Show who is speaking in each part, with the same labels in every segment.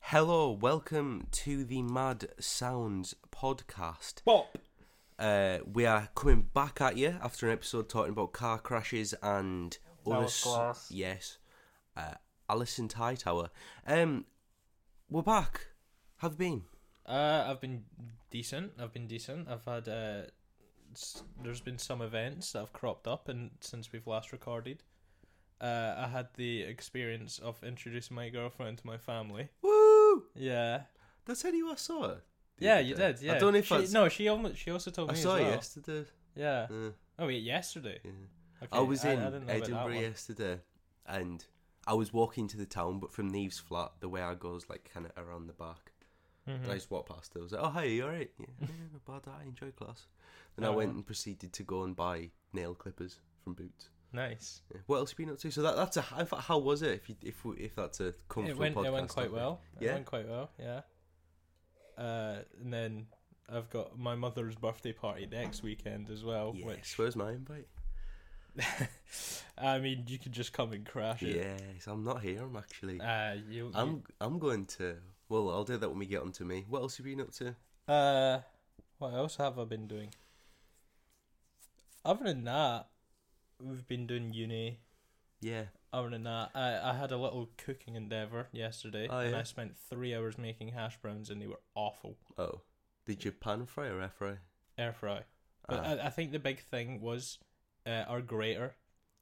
Speaker 1: Hello, welcome to the Mad Sounds podcast.
Speaker 2: Bop.
Speaker 1: Uh, we are coming back at you after an episode talking about car crashes and
Speaker 2: was
Speaker 1: other s-
Speaker 2: class.
Speaker 1: yes, uh, Alison Hightower. Um, we're back. Have been
Speaker 2: Uh, I've been decent. I've been decent. I've had uh, s- there's been some events that have cropped up, and since we've last recorded, uh, I had the experience of introducing my girlfriend to my family.
Speaker 1: woo.
Speaker 2: Yeah,
Speaker 1: That's how you I saw it. the
Speaker 2: yeah,
Speaker 1: other
Speaker 2: you
Speaker 1: day.
Speaker 2: did. Yeah,
Speaker 1: I don't know if
Speaker 2: she,
Speaker 1: that's-
Speaker 2: no. She almost. She also told
Speaker 1: I
Speaker 2: me.
Speaker 1: saw
Speaker 2: as
Speaker 1: it
Speaker 2: well.
Speaker 1: yesterday.
Speaker 2: Yeah.
Speaker 1: Uh,
Speaker 2: Oh wait, yesterday.
Speaker 1: yeah.
Speaker 2: Okay,
Speaker 1: I was in
Speaker 2: I didn't know about that
Speaker 1: Edinburgh
Speaker 2: one.
Speaker 1: yesterday, and I was walking to the town, but from Neve's flat, the way I goes like kind of around the back.
Speaker 2: Mm-hmm. Hmm.
Speaker 1: And I just walked past her. I was like, "Oh, hi, you alright? Yeah, yeah, not bad. I enjoy class." Then I
Speaker 2: Oh,
Speaker 1: went
Speaker 2: right.
Speaker 1: and proceeded to go and buy nail clippers from Boots.
Speaker 2: Nice.
Speaker 1: Yeah. What else have you been up to? So that that's a how, how was it? If you, if we, if that's a comfortable
Speaker 2: It went.
Speaker 1: podcast,
Speaker 2: It went quite
Speaker 1: topic.
Speaker 2: well.
Speaker 1: Yeah?
Speaker 2: It went quite well. Yeah. Uh, and then I've got my mother's birthday party next weekend as well,
Speaker 1: Yes.
Speaker 2: Oh, which
Speaker 1: Where's my invite?
Speaker 2: I mean, you could just come and crash it.
Speaker 1: Yes, I'm not here. I'm actually.
Speaker 2: Uh, you,
Speaker 1: I'm I'm going to. Well, I'll do that when we get onto me. What else have you been up to?
Speaker 2: you- Uh, what else have I been doing? Other than that, we've been doing uni.
Speaker 1: Yeah.
Speaker 2: Other than that, I, I had a little cooking endeavor yesterday,
Speaker 1: Oh,
Speaker 2: and
Speaker 1: yeah?
Speaker 2: I spent three hours making hash browns, and they were awful.
Speaker 1: Oh, did you pan fry or air fry?
Speaker 2: Air fry. But uh,
Speaker 1: Ah.
Speaker 2: I, I think the big thing was uh, our grater.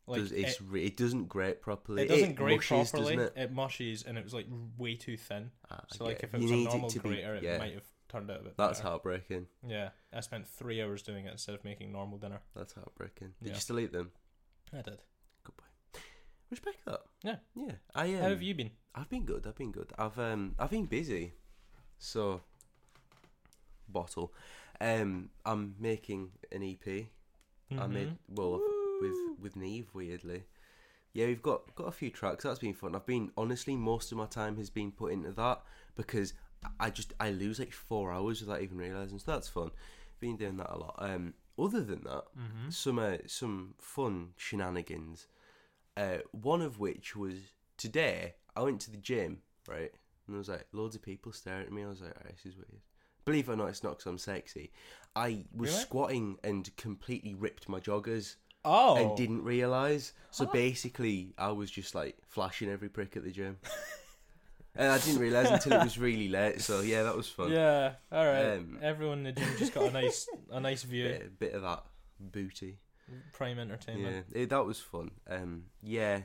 Speaker 2: Like
Speaker 1: Does- it's
Speaker 2: it,
Speaker 1: re- it doesn't grate properly.
Speaker 2: it doesn't grate
Speaker 1: mushes,
Speaker 2: properly.
Speaker 1: doesn't it?
Speaker 2: mushes, and it was like way too thin.
Speaker 1: Ah, I
Speaker 2: So like
Speaker 1: get
Speaker 2: if it was
Speaker 1: you
Speaker 2: a
Speaker 1: need
Speaker 2: normal
Speaker 1: to be-
Speaker 2: grater,
Speaker 1: yeah,
Speaker 2: it might have turned out a bit.
Speaker 1: that's
Speaker 2: better.
Speaker 1: heartbreaking.
Speaker 2: Yeah, I spent three hours doing it instead of making normal dinner.
Speaker 1: That's heartbreaking. Did
Speaker 2: Yeah.
Speaker 1: you still eat them?
Speaker 2: I did.
Speaker 1: Good boy. Respect that.
Speaker 2: Yeah.
Speaker 1: Yeah. I um,
Speaker 2: How have you been?
Speaker 1: I've been good. I've been good. I've um I've been busy. So bottle. Um I'm making an EP. I
Speaker 2: Mm-hmm.
Speaker 1: made well I've, with with Neve weirdly. Yeah, we've got got a few tracks. That's been fun. I've been honestly most of my time has been put into that because I- I just I lose like four hours without even realizing. So that's fun. Been doing that a lot. Um, other than that, some uh, some fun shenanigans. Uh, one of which was today. I went to the gym right, and there was like loads of people staring at me. I was like, "Alright, this is weird. Believe it or not, it's not because I'm sexy. I was
Speaker 2: Really?
Speaker 1: squatting and completely ripped my joggers
Speaker 2: Oh,
Speaker 1: and didn't realize. So basically, I was just like flashing every prick at the gym, and I didn't realize until it was really late. So yeah, that was fun.
Speaker 2: yeah. All right.
Speaker 1: Um,
Speaker 2: Everyone in the gym just got a nice, a nice view.
Speaker 1: Bit, bit of that booty.
Speaker 2: Prime
Speaker 1: Yeah,
Speaker 2: entertainment.
Speaker 1: it- that was fun. Um, yeah,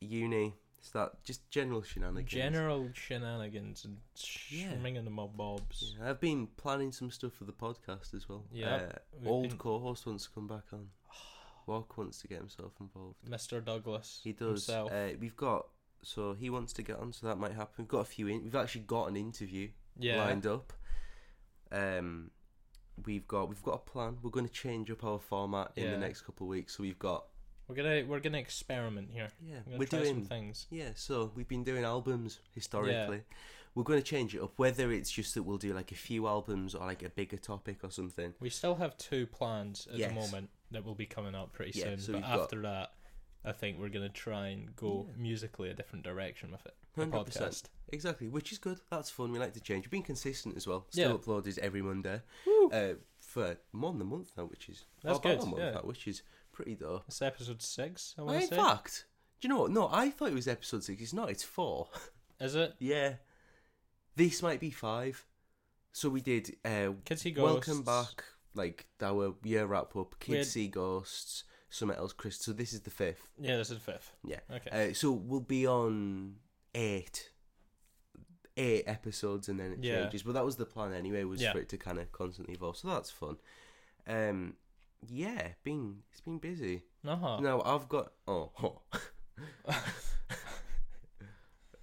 Speaker 1: uni. It's that just general shenanigans.
Speaker 2: General shenanigans and
Speaker 1: Yeah.
Speaker 2: schminging them up bobs.
Speaker 1: Yeah, I've been planning some stuff for the podcast as well.
Speaker 2: Yep,
Speaker 1: uh,
Speaker 2: we've
Speaker 1: old
Speaker 2: been-
Speaker 1: co-host wants to come back on. Walk wants to get himself involved.
Speaker 2: Mr. Douglas.
Speaker 1: He does.
Speaker 2: Himself.
Speaker 1: Uh, we've got so he wants to get on, so that might happen. We've got a few. In- we've actually got an interview
Speaker 2: yeah.
Speaker 1: lined up. Um, we've got we've got a plan. We're going to change up our format in the
Speaker 2: Yeah.
Speaker 1: next couple of weeks. So we've got
Speaker 2: We're gonna we're gonna experiment here.
Speaker 1: yeah,
Speaker 2: We're gonna
Speaker 1: we're
Speaker 2: try
Speaker 1: doing
Speaker 2: some things.
Speaker 1: yeah. So we've been doing albums historically. We're going to change it up. Whether it's just that we'll do like a few albums or like a bigger topic or something.
Speaker 2: We still have two plans at
Speaker 1: Yes.
Speaker 2: the moment that will be coming up pretty
Speaker 1: Yeah,
Speaker 2: soon.
Speaker 1: so
Speaker 2: but
Speaker 1: we've got-
Speaker 2: after that, I think we're gonna try and go musically a different direction with it. The
Speaker 1: 100%.
Speaker 2: podcast.
Speaker 1: Exactly, which is good. That's fun. We like to change. We've been consistent as well. Still
Speaker 2: Yeah.
Speaker 1: uploaded every Monday uh, for more than a month now, which is or
Speaker 2: That's
Speaker 1: about
Speaker 2: good,
Speaker 1: A month
Speaker 2: yeah.
Speaker 1: now, which is pretty dope.
Speaker 2: It's episode six. I
Speaker 1: in
Speaker 2: want to say.
Speaker 1: fact, do you know what? No, I thought it was episode six. It's not. It's four.
Speaker 2: Is it?
Speaker 1: yeah, this might be five. So we did. Uh,
Speaker 2: Kids See
Speaker 1: welcome
Speaker 2: Ghosts.
Speaker 1: back. Like our year wrap up. Kids
Speaker 2: We had-
Speaker 1: see ghosts. Something else, Chris. So this is the fifth.
Speaker 2: Yeah, this is fifth.
Speaker 1: Yeah.
Speaker 2: Okay.
Speaker 1: Uh, so we'll be on eight, eight episodes, and then it
Speaker 2: Yeah.
Speaker 1: changes. But that was the plan anyway, was
Speaker 2: Yeah.
Speaker 1: for it to kind of constantly evolve. So that's fun. Um, yeah, been it's been busy.
Speaker 2: No. huh.
Speaker 1: Now I've got oh,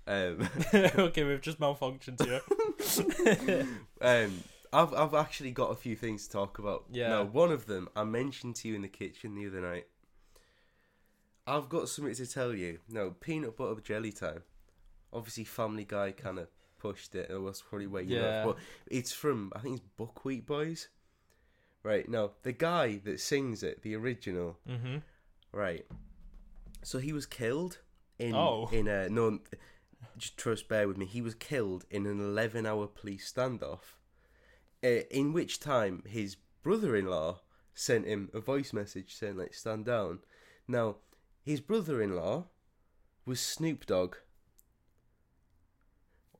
Speaker 1: um,
Speaker 2: okay, we've just malfunctioned here.
Speaker 1: um, I've I've actually got a few things to talk about.
Speaker 2: Yeah.
Speaker 1: Now one of them I mentioned to you in the kitchen the other night. I've got something to tell you. No peanut butter jelly time. Obviously, Family Guy kind of pushed it, and that's probably where you
Speaker 2: Yeah.
Speaker 1: know. But it's from I think it's Buckwheat Boys. Right now, the guy that sings it, the original,
Speaker 2: mm-hmm.
Speaker 1: Right. So he was killed in
Speaker 2: Oh.
Speaker 1: in a no just trust, bear with me. He was killed in an 11 hour police standoff, uh, in which time his brother in law sent him a voice message saying, like, stand down. Now, his brother in law was Snoop Dogg.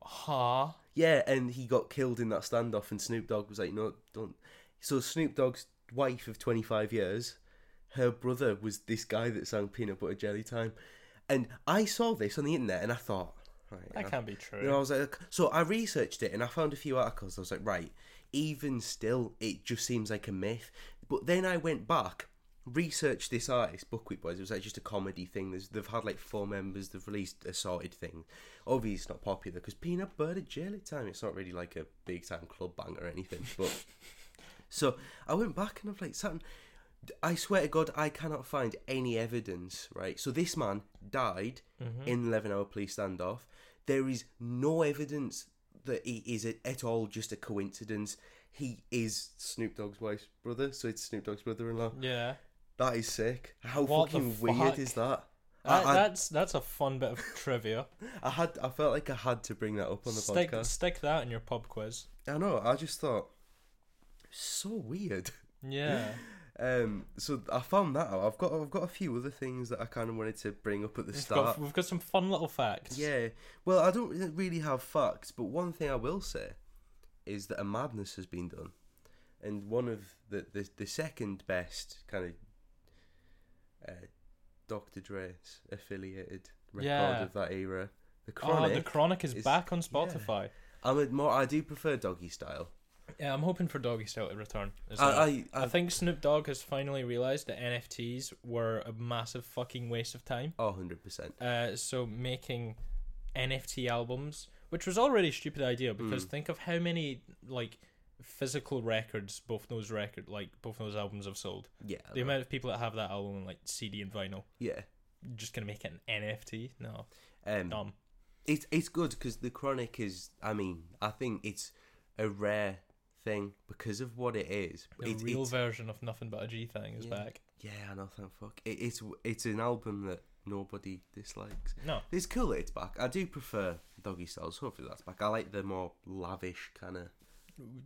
Speaker 2: Ha.
Speaker 1: Yeah, and he got killed in that standoff, and Snoop Dogg was like, no, don't. So Snoop Dogg's wife of 25 years, her brother was this guy that sang Peanut Butter Jelly Time. And I saw this on the internet and I thought, right,
Speaker 2: That
Speaker 1: I-
Speaker 2: can't be true.
Speaker 1: you know, I was like, so I researched it and I found a few articles. I was like, right, even still, it just seems like a myth. But then I went back, researched this artist, Buckwheat Boys. It was like just a comedy thing. There's, they've had like four members. They've released assorted things. Obviously, it's not popular because Peanut Butter Jelly Time. It's not really like a big time club bang or anything. But so I went back and I've like sat. And, I swear to God, I cannot find any evidence, right? So this man died
Speaker 2: Mm-hmm.
Speaker 1: in 11 hour police standoff. There is no evidence that he is at, at all just a coincidence. He is Snoop Dogg's wife's brother, so it's Snoop Dogg's brother in law.
Speaker 2: yeah.
Speaker 1: That is sick. How
Speaker 2: What the
Speaker 1: fucking weird
Speaker 2: fuck?
Speaker 1: is that?
Speaker 2: That,
Speaker 1: I, I,
Speaker 2: that's that's a fun bit of trivia.
Speaker 1: I had I felt like I had to bring that up on the
Speaker 2: stick
Speaker 1: podcast.
Speaker 2: stick that in your pub quiz.
Speaker 1: I know, I just thought so weird.
Speaker 2: Yeah.
Speaker 1: Um, so I found that out. I've got I've got a few other things that I kind of wanted to bring up at the
Speaker 2: We've
Speaker 1: start.
Speaker 2: got, we've got some fun little facts.
Speaker 1: Yeah. Well, I don't re- really have facts, but one thing I will say is that a madness has been done, and one of the the, the second best kind of uh, Dr. Dre's affiliated record
Speaker 2: Yeah.
Speaker 1: of that era, the
Speaker 2: Oh,
Speaker 1: Chronic.
Speaker 2: the Chronic is
Speaker 1: is-
Speaker 2: back on
Speaker 1: yeah.
Speaker 2: Spotify.
Speaker 1: I'm a more. I do prefer Doggy Style.
Speaker 2: Yeah, I'm hoping for Doggy Style to return. as well.
Speaker 1: I I, I,
Speaker 2: I think Snoop Dogg has finally realized that NFTs were a massive fucking waste of time.
Speaker 1: oh, 100 percent.
Speaker 2: Uh, so making NFT albums, which was already a stupid idea
Speaker 1: Hmm.
Speaker 2: because think of how many like physical records both those record like both those albums have sold.
Speaker 1: Yeah. I
Speaker 2: The
Speaker 1: know.
Speaker 2: amount of people that have that album on like CD and vinyl,
Speaker 1: yeah.
Speaker 2: You're just gonna make it an NFT? No,
Speaker 1: Um,
Speaker 2: dumb.
Speaker 1: It's it's good because the chronic is. I mean, I think it's a rare thing because of what it is.
Speaker 2: The
Speaker 1: It-
Speaker 2: real
Speaker 1: it's-
Speaker 2: version of nothing but a G thing is
Speaker 1: Yeah.
Speaker 2: back.
Speaker 1: yeah, I know. Thank fuck. It, it's it's an album that nobody dislikes.
Speaker 2: No,
Speaker 1: It's cool that it's back. I do prefer Doggy Styles. Hopefully that's back. I like the more lavish kind of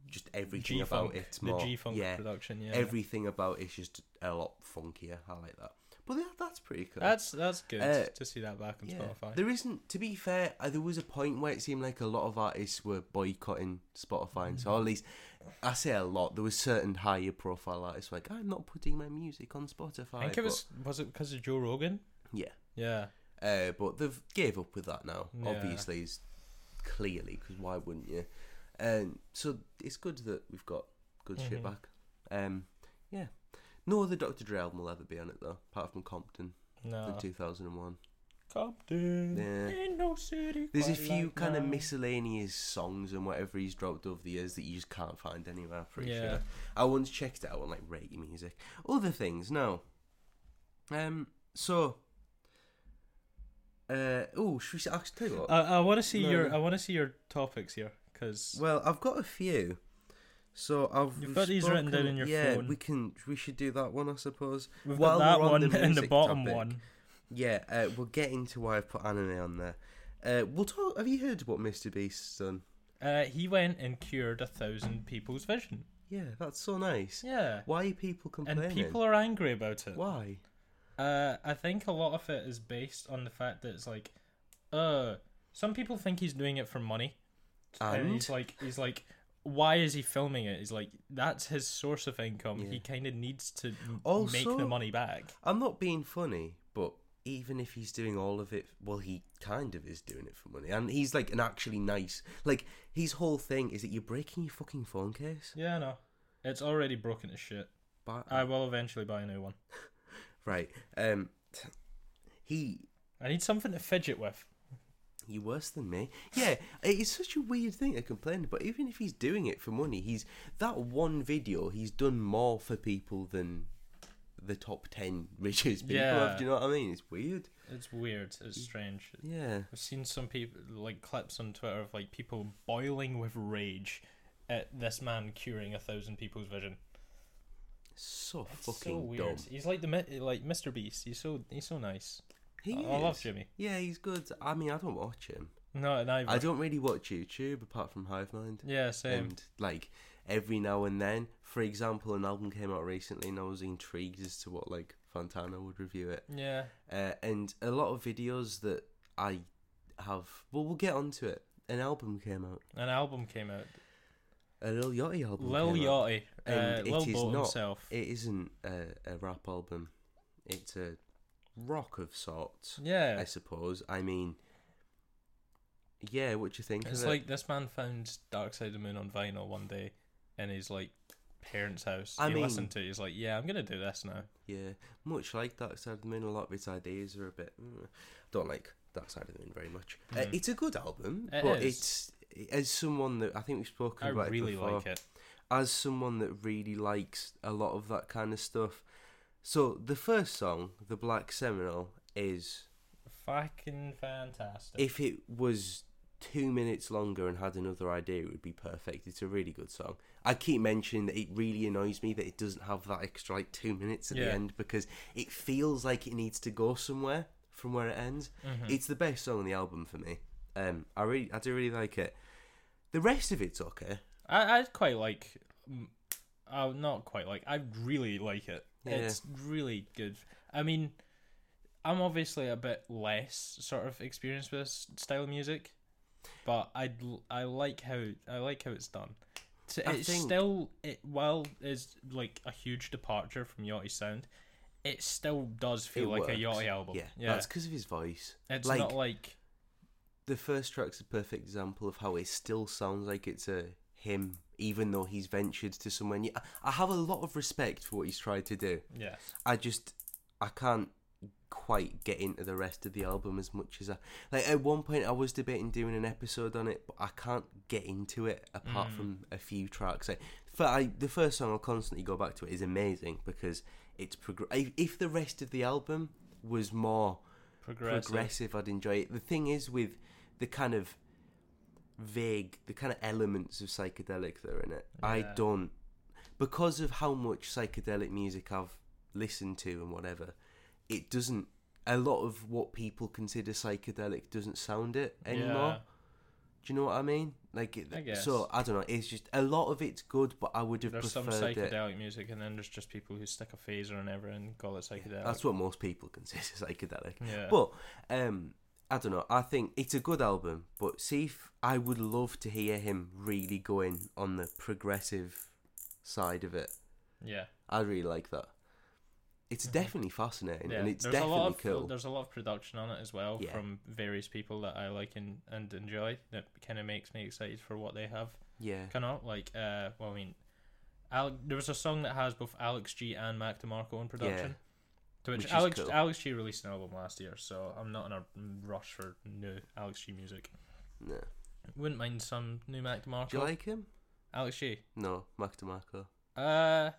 Speaker 1: just everything
Speaker 2: G-funk,
Speaker 1: about it's
Speaker 2: the
Speaker 1: more
Speaker 2: G Funk
Speaker 1: yeah.
Speaker 2: production. Yeah,
Speaker 1: Everything about it's just a lot funkier. I like that. But yeah, that's pretty cool.
Speaker 2: that's that's good
Speaker 1: Uh,
Speaker 2: to see that back on
Speaker 1: Yeah.
Speaker 2: Spotify.
Speaker 1: There isn't, to be fair, uh, there was a point where it seemed like a lot of artists were boycotting Spotify,
Speaker 2: Mm.
Speaker 1: and so at least I say a lot. There was certain higher profile artists like, I'm not putting my music on Spotify.
Speaker 2: I think
Speaker 1: but-
Speaker 2: it was was it because of Joe Rogan?
Speaker 1: yeah,
Speaker 2: Yeah,
Speaker 1: uh, but they've gave up with that now.
Speaker 2: Yeah.
Speaker 1: Obviously, is clearly because why wouldn't you? Um, so it's good that we've got good shit
Speaker 2: Mhm.
Speaker 1: back. Um, yeah, no other Dr. Dre album will ever be on it though, apart from Compton,
Speaker 2: no.
Speaker 1: the 2001.
Speaker 2: Compton.
Speaker 1: Yeah.
Speaker 2: Ain't no city.
Speaker 1: There's a
Speaker 2: quite
Speaker 1: few
Speaker 2: like
Speaker 1: kind of
Speaker 2: mine.
Speaker 1: miscellaneous songs and whatever he's dropped over the years that you just can't find anywhere. I'm pretty
Speaker 2: Yeah.
Speaker 1: sure. I once checked it out on like Rate Music. Other things, no. Um. So. Uh. Oh, should we s- actually tell you what?
Speaker 2: I, I want to see
Speaker 1: No,
Speaker 2: your
Speaker 1: no.
Speaker 2: I want to see your topics here because
Speaker 1: well, I've got a few. So I've.
Speaker 2: You've got these written down
Speaker 1: spoken-
Speaker 2: in your
Speaker 1: yeah,
Speaker 2: phone.
Speaker 1: we can. We should do that one, I suppose.
Speaker 2: we've
Speaker 1: while
Speaker 2: got that
Speaker 1: we're on
Speaker 2: one
Speaker 1: the
Speaker 2: and the
Speaker 1: music
Speaker 2: bottom
Speaker 1: topic,
Speaker 2: one.
Speaker 1: Yeah. Uh, we'll get into why I've put anime on there. Uh, we'll talk. Have you heard what Mr. Beast's done?
Speaker 2: Uh, he went and cured a thousand people's vision.
Speaker 1: Yeah, that's so nice.
Speaker 2: Yeah,
Speaker 1: Why are people complaining?
Speaker 2: and people are angry about it.
Speaker 1: Why?
Speaker 2: Uh, I think a lot of it is based on the fact that it's like, uh, some people think he's doing it for money,
Speaker 1: And?
Speaker 2: he's like, he's like, why is he filming it? He's like, that's his source of income. He kind of needs to m-
Speaker 1: Oh,
Speaker 2: make the
Speaker 1: Also-
Speaker 2: money back.
Speaker 1: I'm not being funny, but even if he's doing all of it, well, he kind of is doing it for money. And he's like an actually nice, like his whole thing is that you're breaking your fucking phone case.
Speaker 2: Yeah, I know. It's already broken to shit.
Speaker 1: But,
Speaker 2: I will eventually buy a new one.
Speaker 1: right, um, t- he
Speaker 2: I need something to fidget with.
Speaker 1: You're worse than me. Yeah, it's such a weird thing to complain about. Even if he's doing it for money, he's that one video. He's done more for people than the top ten richest people.
Speaker 2: Yeah.
Speaker 1: Have, do you know what I mean? It's weird.
Speaker 2: It's weird. It's strange.
Speaker 1: Yeah.
Speaker 2: I've seen some people like clips on Twitter of like people boiling with rage at this man curing a thousand people's vision.
Speaker 1: So
Speaker 2: It's
Speaker 1: fucking
Speaker 2: so
Speaker 1: dumb.
Speaker 2: weird. He's like the mi- like Mr. Beast. He's so he's so nice.
Speaker 1: He
Speaker 2: I I love
Speaker 1: is.
Speaker 2: Jimmy.
Speaker 1: Yeah, he's good. I mean, I don't watch him.
Speaker 2: No, and
Speaker 1: I don't really watch YouTube apart from Hive Mind.
Speaker 2: Yeah, same.
Speaker 1: And like every now and then, for example, an album came out recently, and I was intrigued as to what like Fontana would review it.
Speaker 2: yeah,
Speaker 1: Uh, and a lot of videos that I have, well, we'll get onto it. An album came out,
Speaker 2: an album came out.
Speaker 1: a Lil Yachty album.
Speaker 2: Lil
Speaker 1: came out.
Speaker 2: Yachty, uh,
Speaker 1: And it
Speaker 2: Lil
Speaker 1: is
Speaker 2: Boat
Speaker 1: not-
Speaker 2: himself.
Speaker 1: It isn't a, a rap album. It's a rock of sorts,
Speaker 2: yeah,
Speaker 1: I suppose. I mean, yeah. What do you think?
Speaker 2: It's
Speaker 1: of it?
Speaker 2: like this man found Dark Side of the Moon on vinyl one day in his like parents' house.
Speaker 1: I
Speaker 2: he
Speaker 1: mean-
Speaker 2: listened to it, he's like, Yeah, I'm gonna do this now.
Speaker 1: Yeah, much like Dark Side of the Moon, a lot of its ideas are a bit. Mm, don't like Dark Side of the Moon very much. Uh,
Speaker 2: Mm.
Speaker 1: it's a good album,
Speaker 2: It
Speaker 1: but
Speaker 2: is.
Speaker 1: it's as someone that I think we've spoken
Speaker 2: I
Speaker 1: about it
Speaker 2: really
Speaker 1: before.
Speaker 2: like it.
Speaker 1: As someone that really likes a lot of that kind of stuff, so the first song, "The Black Seminole," is
Speaker 2: Fucking fantastic.
Speaker 1: if it was two minutes longer and had another idea, it would be perfect. It's a really good song. I keep mentioning that it really annoys me that it doesn't have that extra like two minutes at the
Speaker 2: Yeah.
Speaker 1: end because it feels like it needs to go somewhere from where it ends.
Speaker 2: Mhm.
Speaker 1: It's the best song on the album for me. Um, I really, I do really like it. The rest of it's okay.
Speaker 2: I, I quite like mm, uh, not quite like I really like it.
Speaker 1: Yeah.
Speaker 2: It's really good. I mean I'm obviously a bit less sort of experienced with this style of music, but I I like how I like how it's done. It's,
Speaker 1: I
Speaker 2: it's
Speaker 1: think-
Speaker 2: still it while is like a huge departure from Yachty's sound, it still does feel
Speaker 1: It
Speaker 2: like a
Speaker 1: works.
Speaker 2: Yachty album.
Speaker 1: Yeah,
Speaker 2: yeah.
Speaker 1: that's because of his voice.
Speaker 2: it's
Speaker 1: like-
Speaker 2: not like
Speaker 1: The first track's a perfect example of how it still sounds like it's a him, even though he's ventured to somewhere new. I- I have a lot of respect for what he's tried to do.
Speaker 2: yeah.
Speaker 1: I just I can't quite get into the rest of the album as much as I like. At one point, I was debating doing an episode on it, but I can't get into it apart from a few tracks. Like, for I, the first song I'll constantly go back to it is amazing because it's progr- if, if the rest of the album was more
Speaker 2: Progressive.
Speaker 1: progressive, I'd enjoy it. The thing is with the kind of vague, the kind of elements of psychedelic that are in it. I
Speaker 2: Yeah.
Speaker 1: don't because of how much psychedelic music I've listened to and whatever. It doesn't. A lot of what people consider psychedelic doesn't sound it anymore.
Speaker 2: Yeah.
Speaker 1: Do you know what I mean? Like, it,
Speaker 2: I guess.
Speaker 1: so I don't know. It's just a lot of it's good, but I would have
Speaker 2: There's some
Speaker 1: preferred it.
Speaker 2: psychedelic music, and then there's just people who stick a phaser on everything and call it psychedelic.
Speaker 1: That's what most people consider psychedelic.
Speaker 2: yeah.
Speaker 1: But um, I don't know. I think it's a good album, but see if I would love to hear him really going on the progressive side of it.
Speaker 2: yeah,
Speaker 1: I really like that. It's
Speaker 2: Mhm.
Speaker 1: definitely fascinating
Speaker 2: yeah.
Speaker 1: and it's
Speaker 2: there's a lot
Speaker 1: definitely
Speaker 2: of,
Speaker 1: cool.
Speaker 2: There's a lot of production on it as well
Speaker 1: Yeah.
Speaker 2: from various people that I like and, and enjoy. That kind of makes me excited for what they have.
Speaker 1: Yeah.
Speaker 2: Kind of like, uh, well, I mean, Ale- there was a song that has both Alex G and Mac DeMarco in production. To which,
Speaker 1: Which is
Speaker 2: Alex
Speaker 1: cool.
Speaker 2: Alex G released an album last year, so I'm not in a rush for new Alex G music.
Speaker 1: No.
Speaker 2: Wouldn't mind some new Mac DeMarco.
Speaker 1: Do you like him?
Speaker 2: Alex G.
Speaker 1: No, Mac DeMarco.
Speaker 2: Uh,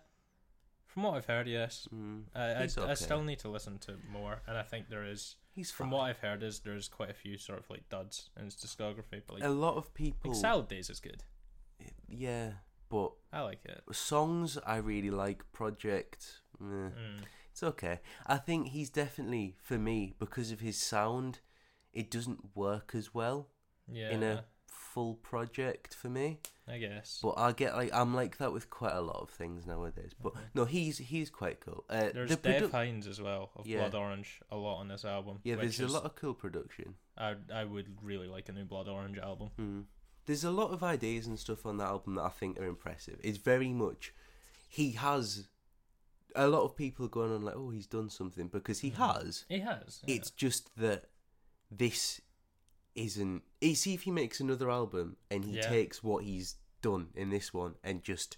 Speaker 2: from what I've heard, yes.
Speaker 1: Mm.
Speaker 2: I, I,
Speaker 1: He's
Speaker 2: I
Speaker 1: okay.
Speaker 2: still need to listen to more, and I think there is,
Speaker 1: He's fine.
Speaker 2: from what I've heard, is there's quite a few sort of like duds in his discography. But like,
Speaker 1: a lot of
Speaker 2: like
Speaker 1: people.
Speaker 2: Salad Days is good.
Speaker 1: Yeah, but
Speaker 2: I like it.
Speaker 1: songs I really like. Project. meh.
Speaker 2: Mm.
Speaker 1: It's okay. I think he's definitely for me because of his sound. It doesn't work as well
Speaker 2: Yeah,
Speaker 1: in a full project for me.
Speaker 2: I guess.
Speaker 1: But I get like I'm like that with quite a lot of things nowadays. But no, he's he's quite cool. Uh,
Speaker 2: there's
Speaker 1: the
Speaker 2: Dave
Speaker 1: produ-
Speaker 2: Hines as well of
Speaker 1: Yeah.
Speaker 2: Blood Orange a lot on this album.
Speaker 1: yeah,
Speaker 2: which
Speaker 1: there's a
Speaker 2: is-
Speaker 1: lot of cool production.
Speaker 2: I I would really like a new Blood Orange album.
Speaker 1: Mm. There's a lot of ideas and stuff on that album that I think are impressive. It's very much he has a lot of people are going on like, oh, he's done something because he has.
Speaker 2: He has. yeah.
Speaker 1: It's just that this isn't. You see, if he makes another album and he
Speaker 2: Yeah.
Speaker 1: takes what he's done in this one and just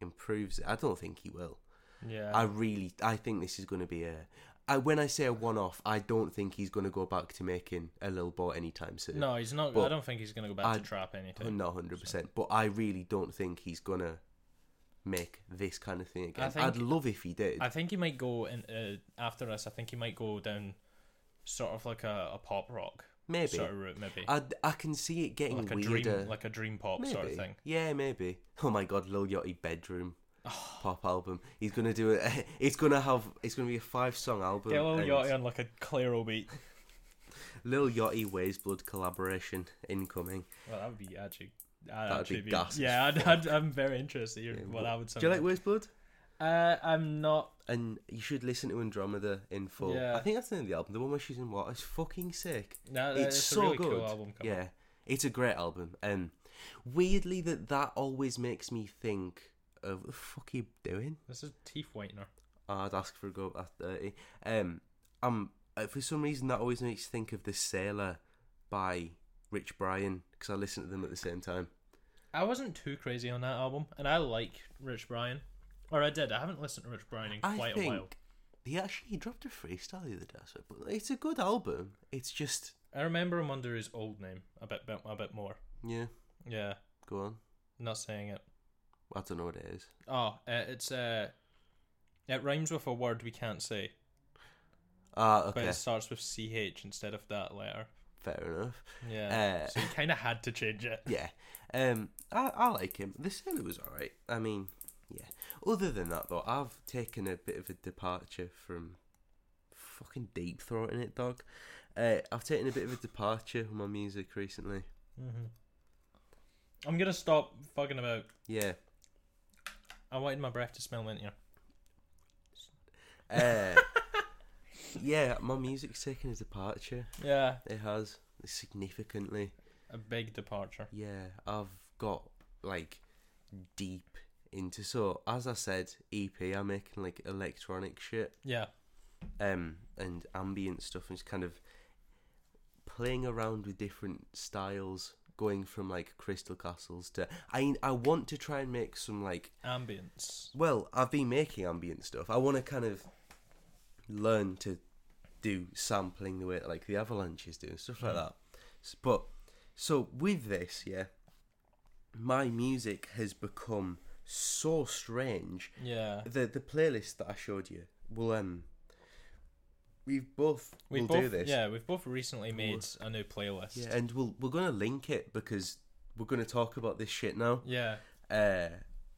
Speaker 1: improves it, I don't think he will.
Speaker 2: yeah.
Speaker 1: I really, I think this is going to be a. I, when I say a one-off, I don't think he's going to go back to making a little boat anytime soon.
Speaker 2: no, he's not. I
Speaker 1: but
Speaker 2: don't think he's gonna go back
Speaker 1: I- Oh,
Speaker 2: to trap anything.
Speaker 1: not hundred percent. But I really don't think he's gonna make this kind of thing again.
Speaker 2: think-
Speaker 1: I'd love if he did.
Speaker 2: I think he might go in uh, after this. I think he might go down sort of like a, a pop rock
Speaker 1: maybe.
Speaker 2: sort of route, maybe
Speaker 1: I I can see it getting
Speaker 2: like a
Speaker 1: weirder.
Speaker 2: dream, like a dream pop
Speaker 1: Maybe.
Speaker 2: sort of thing.
Speaker 1: Yeah, maybe. Oh my god, Lil Yachty bedroom
Speaker 2: Oh.
Speaker 1: pop album. He's gonna do it. It's gonna have. It's gonna be a five song album.
Speaker 2: Get a little
Speaker 1: and
Speaker 2: Yachty on like a Clairo beat.
Speaker 1: Lil Yachty Ways Blood collaboration incoming.
Speaker 2: Well, that would be actually.
Speaker 1: That'd
Speaker 2: That'd actually
Speaker 1: be
Speaker 2: be,
Speaker 1: gas as
Speaker 2: yeah, I'd,
Speaker 1: fuck.
Speaker 2: I'd, I'm very interested to hear
Speaker 1: Yeah,
Speaker 2: what that would sound
Speaker 1: Do you
Speaker 2: like.
Speaker 1: like Ways Blood?
Speaker 2: Uh, I'm not.
Speaker 1: And you should listen to Andromeda in full.
Speaker 2: Yeah.
Speaker 1: I think that's the name of the album. The one where she's in water is fucking sick.
Speaker 2: No,
Speaker 1: It's
Speaker 2: it's, a
Speaker 1: so
Speaker 2: really
Speaker 1: good.
Speaker 2: cool album cover.
Speaker 1: Yeah, it's a great album. And weirdly, that that always makes me think of what the fuck are you doing?
Speaker 2: This is teeth whitener.
Speaker 1: I'd ask for a go at thirty. Um, um, uh, for some reason that always makes me think of the Sailor by Rich Brian because I listen to them at the same time.
Speaker 2: I wasn't too crazy on that album, and I like Rich Brian, or I did. I haven't listened to Rich Brian in
Speaker 1: I
Speaker 2: quite
Speaker 1: think
Speaker 2: a while.
Speaker 1: he actually he dropped a freestyle the other day, so- but it's a good album. It's just
Speaker 2: I remember him under his old name a bit, bit a bit more.
Speaker 1: yeah,
Speaker 2: Yeah,
Speaker 1: go on.
Speaker 2: not saying it.
Speaker 1: I don't know what it is.
Speaker 2: Oh, uh, it's uh, it rhymes with a word we can't say,
Speaker 1: Ah,
Speaker 2: but
Speaker 1: okay,
Speaker 2: it starts with ch instead of that letter.
Speaker 1: fair enough.
Speaker 2: Yeah,
Speaker 1: Uh,
Speaker 2: so you kind of had to change it.
Speaker 1: Yeah, um, I, I like him. The Sailor was alright. I mean, yeah. Other than that, though, I've taken a bit of a departure from fucking deep throating it, dog. Uh, I've taken a bit of a departure from my music recently.
Speaker 2: hmm I'm gonna stop fucking about.
Speaker 1: Yeah.
Speaker 2: I wanted my breath to smell mintier.
Speaker 1: Uh, yeah, my music's taken a departure.
Speaker 2: Yeah,
Speaker 1: It has significantly.
Speaker 2: a big departure.
Speaker 1: Yeah, I've got like deep into. So as I said, EP, I'm making like electronic shit.
Speaker 2: Yeah,
Speaker 1: um, and ambient stuff and just kind of playing around with different styles going from like crystal castles to I I want to try and make some like
Speaker 2: ambience.
Speaker 1: well I've been making ambient stuff I want to kind of learn to do sampling the way that, like the avalanche is doing stuff like that S- but so with this yeah my music has become so strange
Speaker 2: Yeah.
Speaker 1: the the playlist that I showed you will um we've both
Speaker 2: We
Speaker 1: will
Speaker 2: both,
Speaker 1: do this
Speaker 2: Yeah, we've both recently made a new playlist.
Speaker 1: Yeah,
Speaker 2: Yeah.
Speaker 1: and we'll we're gonna link it because we're gonna talk about this shit now uh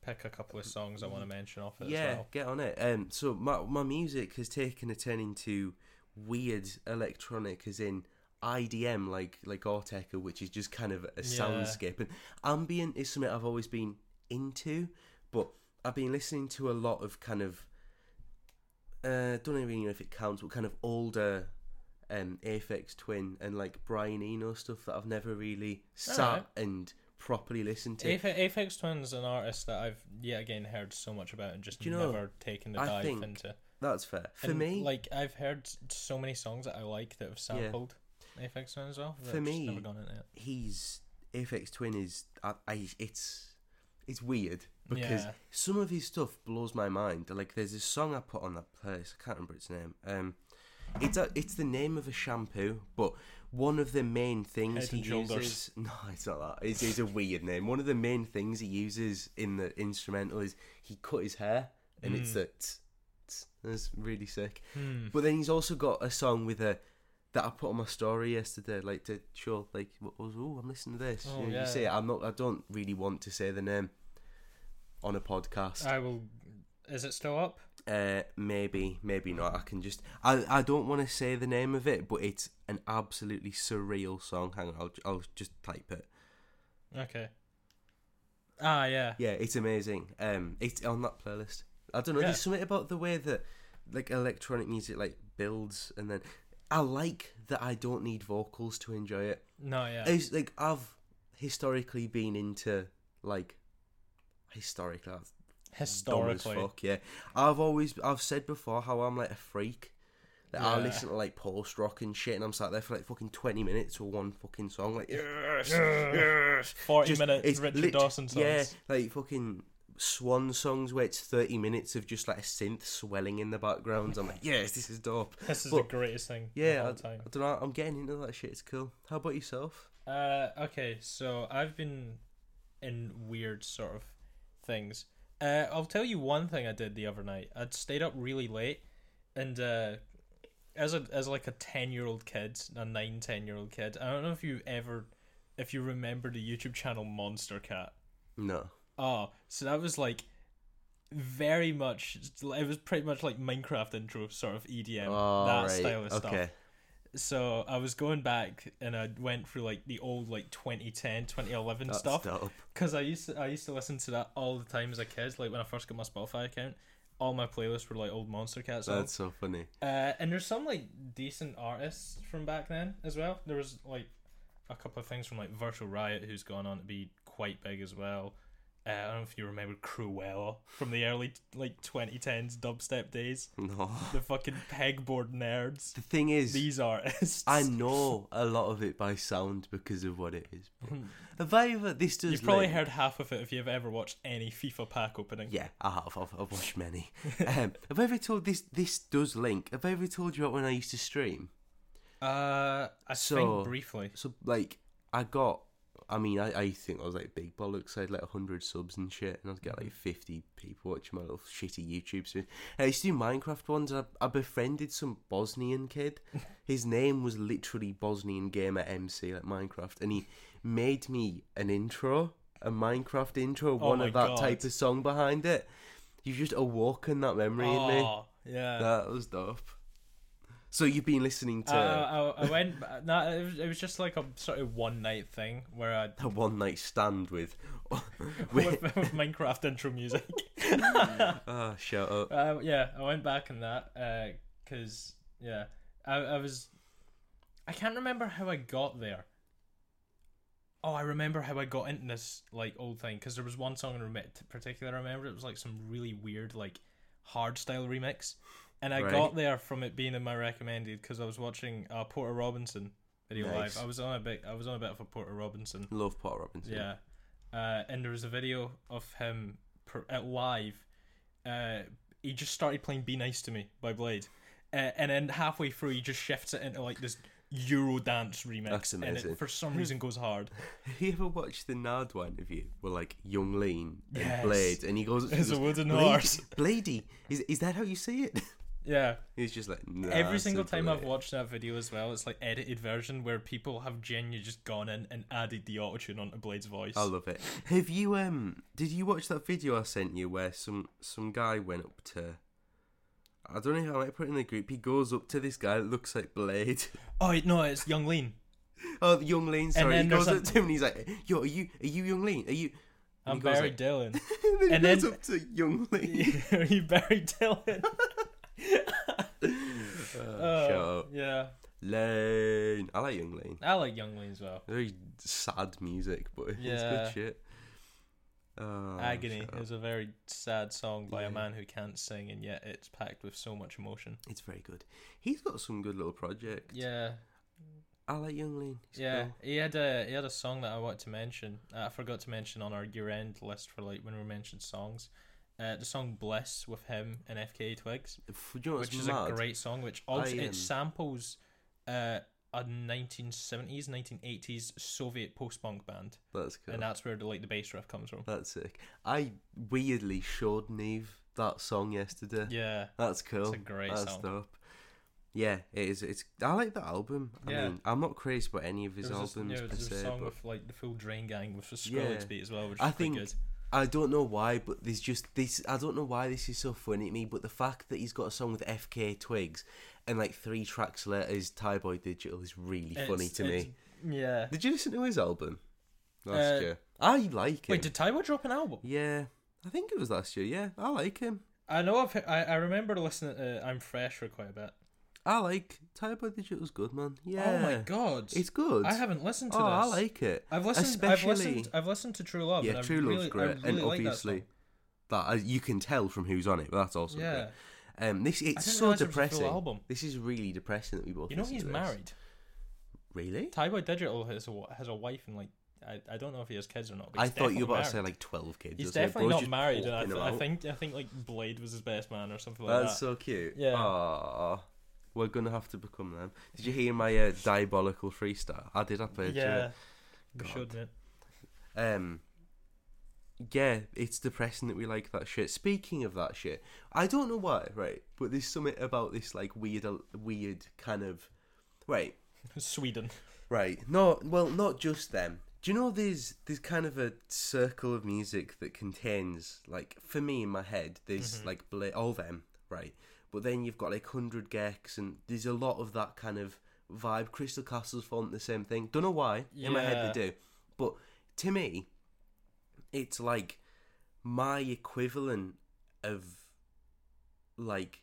Speaker 2: pick a couple of songs I want to mention off it
Speaker 1: yeah
Speaker 2: as well.
Speaker 1: get on it um so my my music has taken a turn into weird electronic as in IDM like like Orteca which is just kind of a soundscape and ambient is something I've always been into but I've been listening to a lot of kind of uh, don't even know if it counts, but kind of older um, Aphex Twin and like Brian Eno stuff that I've never really sat
Speaker 2: Alright.
Speaker 1: and properly listened to.
Speaker 2: Aphe- Aphex Twin's an artist that I've yet again heard so much about and just
Speaker 1: Do you know,
Speaker 2: never taken the
Speaker 1: I
Speaker 2: dive
Speaker 1: think
Speaker 2: into.
Speaker 1: That's fair. For
Speaker 2: And,
Speaker 1: me,
Speaker 2: like I've heard s- so many songs that I like that have sampled Aphex Twin as well. that
Speaker 1: For
Speaker 2: I've just
Speaker 1: me,
Speaker 2: never gone into it.
Speaker 1: he's Aphex Twin is I, I it's it's weird because
Speaker 2: Yeah.
Speaker 1: some of his stuff blows my mind. Like there's this song I put on that place. I can't remember its name. Um, it's a, it's the name of a shampoo, but one of the main things
Speaker 2: Head and
Speaker 1: he
Speaker 2: Shoulders.
Speaker 1: uses. No, it's not that. It's, it's a weird name. One of the main things he uses in the instrumental is he cut his hair, and it's
Speaker 2: Hmm.
Speaker 1: a. Tss, tss. That's really sick. But then he's also got a song with a that I put on my story yesterday, like to show like what was oh I'm listening to this.
Speaker 2: Oh,
Speaker 1: you, know,
Speaker 2: yeah.
Speaker 1: you say I'm not I don't really want to say the name on a podcast.
Speaker 2: I will. Is it still up?
Speaker 1: Uh, maybe, maybe not. I can just I I don't want to say the name of it, but it's an absolutely surreal song. Hang on, I'll I'll just type it.
Speaker 2: Okay. Ah, yeah.
Speaker 1: Yeah, it's amazing. Um, it's on that playlist. I don't know.
Speaker 2: Yeah.
Speaker 1: There's something about the way that like electronic music like builds, and then I like that I don't need vocals to enjoy it.
Speaker 2: No, yeah.
Speaker 1: It's like I've historically been into like historically that's
Speaker 2: Historically,
Speaker 1: dumb as fuck. Yeah, I've always I've said before how I'm like a freak. Like, I
Speaker 2: Yeah.
Speaker 1: listen to like post rock and shit, and I'm sat there for like fucking twenty minutes or one fucking song. Like yes, yes.
Speaker 2: forty
Speaker 1: Just-
Speaker 2: minutes. Richard
Speaker 1: lit-
Speaker 2: Dawson songs.
Speaker 1: Yeah, like fucking swan songs where it's thirty minutes of just like a synth swelling in the background. I'm like, yes, this is dope.
Speaker 2: This is
Speaker 1: But-
Speaker 2: the greatest thing.
Speaker 1: Yeah,
Speaker 2: of
Speaker 1: I,
Speaker 2: all time.
Speaker 1: I don't know. I'm getting into that shit. It's cool. How about yourself?
Speaker 2: Uh, okay, so I've been in weird sort of things. Uh, I'll tell you one thing I did the other night. I'd stayed up really late, and uh, as a as like a ten year old kid, a nine ten year old kid. I don't know if you ever, if you remember the YouTube channel Monster Cat.
Speaker 1: No.
Speaker 2: Oh, so that was like very much. It was pretty much like Minecraft intro sort of EDM,
Speaker 1: All
Speaker 2: Um, that
Speaker 1: right,
Speaker 2: style of stuff.
Speaker 1: Okay.
Speaker 2: So I was going back and I went through like the old like 2010, 2011
Speaker 1: That's
Speaker 2: stuff
Speaker 1: dope.
Speaker 2: because I used to, I used to listen to that all the time as a kid. Like when I first got my Spotify account, all my playlists were like old Monster Cat songs.
Speaker 1: That's so funny.
Speaker 2: Uh, and there's some like decent artists from back then as well. There was like a couple of things from like Virtual Riot, who's gone on to be quite big as well. Uh, I don't know if you remember Cruella from the early like 2010s dubstep days.
Speaker 1: No.
Speaker 2: The fucking pegboard nerds.
Speaker 1: The thing is,
Speaker 2: These artists.
Speaker 1: I know a lot of it by sound because of what it is. but- Have I ever? This does.
Speaker 2: Hmm. You've probably
Speaker 1: link-
Speaker 2: heard half of it if you've ever watched any FIFA pack opening.
Speaker 1: Yeah, I have. I've, I've watched many. um, have I ever told this? This does link. Have I ever told you about when I used to stream?
Speaker 2: Uh, I
Speaker 1: So-
Speaker 2: think briefly.
Speaker 1: So like, I got. I mean, I, I think I was like big bollocks. I'd like hundred subs and shit, and I'd get
Speaker 2: Mm.
Speaker 1: like fifty people watching my little shitty YouTube. series. And I used to do Minecraft ones. And I, I befriended some Bosnian kid. His name was literally Bosnian Gamer MC, like Minecraft, and he made me an intro, a Minecraft intro,
Speaker 2: Oh
Speaker 1: one
Speaker 2: my
Speaker 1: of that
Speaker 2: God.
Speaker 1: type of song behind it. You've just awoken that memory in me.
Speaker 2: Aw, Ah, yeah.
Speaker 1: That was dope. So you've been listening to
Speaker 2: Uh, I, I went. No, it was, it was just like a sort of one night thing where I
Speaker 1: a one night stand with.
Speaker 2: with, with Minecraft intro music.
Speaker 1: Ah, shut up.
Speaker 2: uh, yeah, I went back on that because yeah, I, I was. I can't remember how I got there. Oh, I remember how I got into this like old thing because there was one song in remi- particular I remember. It was like some really weird like hard style remix, and I
Speaker 1: Right.
Speaker 2: got there from it being in my recommended because I was watching uh, Porter Robinson video
Speaker 1: Nice.
Speaker 2: live. I was on a bit. I was on a bit of a Porter Robinson
Speaker 1: Love Paul Robinson.
Speaker 2: yeah. Uh, and there was a video of him per, at live. Uh, he just started playing "Be Nice to Me" by Blade, uh, and then halfway through he just shifts it into like this Eurodance remix,
Speaker 1: That's
Speaker 2: and
Speaker 1: amazing.
Speaker 2: it for some reason goes hard.
Speaker 1: Have you ever watched the Nardwuar interview where like Young Lean and
Speaker 2: Yes.
Speaker 1: Blade and he goes, he
Speaker 2: It's a
Speaker 1: goes,
Speaker 2: wooden
Speaker 1: "Blade-
Speaker 2: horse."
Speaker 1: Bladey, is, is that how you say it?
Speaker 2: Yeah,
Speaker 1: He's just like, nah,
Speaker 2: every single
Speaker 1: simple
Speaker 2: time I've
Speaker 1: it."
Speaker 2: watched that video as well, it's like edited version where people have genuinely just gone in and added the autotune onto Blade's voice.
Speaker 1: I love it. Have you um? Did you watch that video I sent you where some some guy went up to? I don't know if I might put it in the group. He goes up to this guy that looks like Blade.
Speaker 2: oh wait, no, it's Young Lean.
Speaker 1: Oh, the young Lean, sorry.
Speaker 2: then
Speaker 1: He
Speaker 2: there's
Speaker 1: goes up to him and he's like, "Yo, are you are you young Lean? Are you?" And
Speaker 2: I'm
Speaker 1: he goes
Speaker 2: Barry
Speaker 1: like-
Speaker 2: Dillon.
Speaker 1: and then
Speaker 2: And
Speaker 1: he goes
Speaker 2: then-
Speaker 1: up to young Lean.
Speaker 2: Are you Barry Dillon?
Speaker 1: Uh, shut
Speaker 2: Oh,
Speaker 1: up,
Speaker 2: yeah,
Speaker 1: Lane. I like young Lean.
Speaker 2: I like Young Lean as well.
Speaker 1: Very sad music, but it's
Speaker 2: Yeah.
Speaker 1: good shit. Oh,
Speaker 2: Agony
Speaker 1: shut up.
Speaker 2: is a very sad song by
Speaker 1: Yeah.
Speaker 2: a man who can't sing, and yet it's packed with so much emotion.
Speaker 1: It's very good. He's got some good little projects.
Speaker 2: Yeah,
Speaker 1: I like Young Lean. He's
Speaker 2: yeah.
Speaker 1: cool.
Speaker 2: He had a he had a song that I wanted to mention. that I forgot to mention on our year end list for like when we mentioned songs. Uh, the song "Bliss" with him and FKA Twigs,
Speaker 1: F- Do you know what's
Speaker 2: which is
Speaker 1: Oh, mad?
Speaker 2: a great song. Which also
Speaker 1: I, um,
Speaker 2: it samples uh, a 1970s, 1980s Soviet post punk band,
Speaker 1: That's cool.
Speaker 2: and that's where the like the bass riff comes from.
Speaker 1: That's sick. I weirdly showed Neve that song yesterday.
Speaker 2: Yeah,
Speaker 1: That's cool.
Speaker 2: it's a great
Speaker 1: That's
Speaker 2: song.
Speaker 1: dope. Yeah, it is. It's I like that album. I
Speaker 2: Yeah.
Speaker 1: mean, I'm not crazy about any of his
Speaker 2: There was
Speaker 1: albums
Speaker 2: this- yeah,
Speaker 1: per
Speaker 2: there was
Speaker 1: se,
Speaker 2: a song
Speaker 1: but
Speaker 2: with like the full Drain Gang, which was
Speaker 1: Yeah.
Speaker 2: Skrillex beat as well, which
Speaker 1: I
Speaker 2: was pretty
Speaker 1: think
Speaker 2: good.
Speaker 1: I don't know why, but there's just this. I don't know why this is so funny to me, but the fact that he's got a song with FK Twigs, and like three tracks later is Tie Boy Digital is really funny
Speaker 2: It's-
Speaker 1: to
Speaker 2: it's-
Speaker 1: me.
Speaker 2: Yeah.
Speaker 1: Did you listen to his album
Speaker 2: Uh,
Speaker 1: last year? I like him.
Speaker 2: Wait, did Taiwo drop an album?
Speaker 1: yeah, I think it was last year. Yeah, I like him.
Speaker 2: I know. I've, I I remember listening to uh, "I'm Fresh" for quite a bit.
Speaker 1: I like Tie Boy Digital's good, man. Yeah.
Speaker 2: Oh my god,
Speaker 1: It's good.
Speaker 2: I haven't listened to
Speaker 1: Oh, I
Speaker 2: this.
Speaker 1: like it.
Speaker 2: I've listened. I've listened.
Speaker 1: Especially-
Speaker 2: I've listened to True Love. and
Speaker 1: yeah,
Speaker 2: I
Speaker 1: True
Speaker 2: really,
Speaker 1: Love's
Speaker 2: I
Speaker 1: great,
Speaker 2: really
Speaker 1: and
Speaker 2: like that
Speaker 1: obviously
Speaker 2: song.
Speaker 1: that, uh you can tell from who's on it. But that's also
Speaker 2: yeah.
Speaker 1: great. Um, this it's
Speaker 2: didn't
Speaker 1: so
Speaker 2: realise there was a full
Speaker 1: depressing.
Speaker 2: album.
Speaker 1: This is really depressing that we both.
Speaker 2: You know
Speaker 1: listened
Speaker 2: he's
Speaker 1: to this.
Speaker 2: married.
Speaker 1: Really?
Speaker 2: Taiwo Digital has a has a wife and like I, I don't know if he has kids or not. But
Speaker 1: I
Speaker 2: he's
Speaker 1: thought you were about
Speaker 2: definitely married.
Speaker 1: to say like twelve kids.
Speaker 2: He's
Speaker 1: or something.
Speaker 2: definitely
Speaker 1: Bro's
Speaker 2: not
Speaker 1: just
Speaker 2: married, and I,
Speaker 1: popping
Speaker 2: th-
Speaker 1: 'em
Speaker 2: I
Speaker 1: out.
Speaker 2: think I think like Blade was his best man or something like
Speaker 1: that's
Speaker 2: that.
Speaker 1: so cute.
Speaker 2: Yeah.
Speaker 1: Aww. We're gonna have to become them. Did you hear my uh, diabolical freestyle? I did. I played. you
Speaker 2: yeah, we
Speaker 1: God.
Speaker 2: should. yeah.
Speaker 1: Um, yeah, it's depressing that we like that shit. Speaking of that shit, I don't know why, right? But there's something about this like weird, weird kind of, right,
Speaker 2: Sweden.
Speaker 1: right. No, well, not just them. Do you know there's there's kind of a circle of music that contains like for me in my head there's like bla- all them right, but then you've got like hundred gex and there's a lot of that kind of vibe. Crystal Castles font the same thing. Don't know why. In my head they do, but to me, it's like my equivalent of like.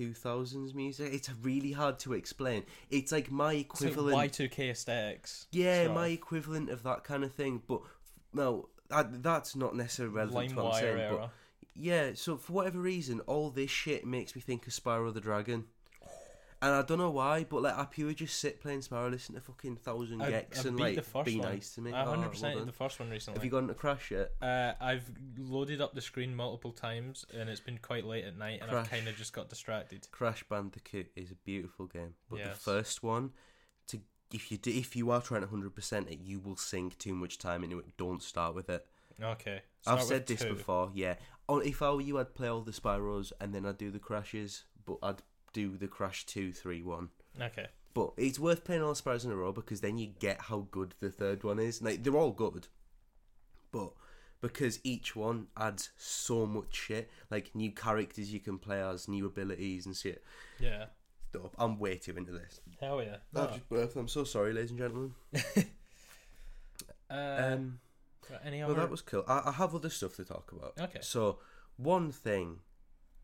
Speaker 1: 2000s music it's really hard to explain it's like my
Speaker 2: It's like
Speaker 1: equivalent
Speaker 2: Y2K aesthetics.
Speaker 1: yeah,
Speaker 2: sort
Speaker 1: my
Speaker 2: of.
Speaker 1: equivalent of that kind of thing. But f- no, that, that's not necessarily relevant to what I'm
Speaker 2: LimeWire
Speaker 1: saying.
Speaker 2: era.
Speaker 1: But yeah, so for whatever reason, all this shit makes me think of Spyro the Dragon. And I don't know why, but like I pure just sit playing Spyro, listen to fucking Thousand
Speaker 2: I-
Speaker 1: Gex,
Speaker 2: I
Speaker 1: and
Speaker 2: beat
Speaker 1: like
Speaker 2: the first
Speaker 1: be
Speaker 2: one.
Speaker 1: nice to me.
Speaker 2: I
Speaker 1: Oh,
Speaker 2: 100
Speaker 1: well
Speaker 2: percent
Speaker 1: done.
Speaker 2: the first one recently.
Speaker 1: Have you gotten a crash yet?
Speaker 2: Uh, I've loaded up the screen multiple times, and it's been quite late at night, and
Speaker 1: Crash.
Speaker 2: I've kind of just got distracted.
Speaker 1: Crash Bandicoot is a beautiful game, but the
Speaker 2: Yes.
Speaker 1: first one, to if you do, if you are trying hundred percent it, you will sink too much time into it. Don't start with it.
Speaker 2: Okay, start
Speaker 1: I've
Speaker 2: with
Speaker 1: said this
Speaker 2: two.
Speaker 1: before, yeah. Oh, If I were you, I'd play all the Spyros and then I'd do the crashes, but I'd do the crash two, three, one.
Speaker 2: Okay,
Speaker 1: But it's worth playing all the Spyros in a row because then you get how good the third one is. Like they're all good, but because each one adds so much shit, like new characters you can play as, new abilities and shit.
Speaker 2: yeah,
Speaker 1: Dope. I'm way too into this.
Speaker 2: hell yeah.
Speaker 1: I've just burped. I'm so sorry, ladies and gentlemen.
Speaker 2: Uh,
Speaker 1: Um,
Speaker 2: right, any
Speaker 1: well,
Speaker 2: other?
Speaker 1: that was cool. I, I have other stuff to talk about.
Speaker 2: Okay,
Speaker 1: So one thing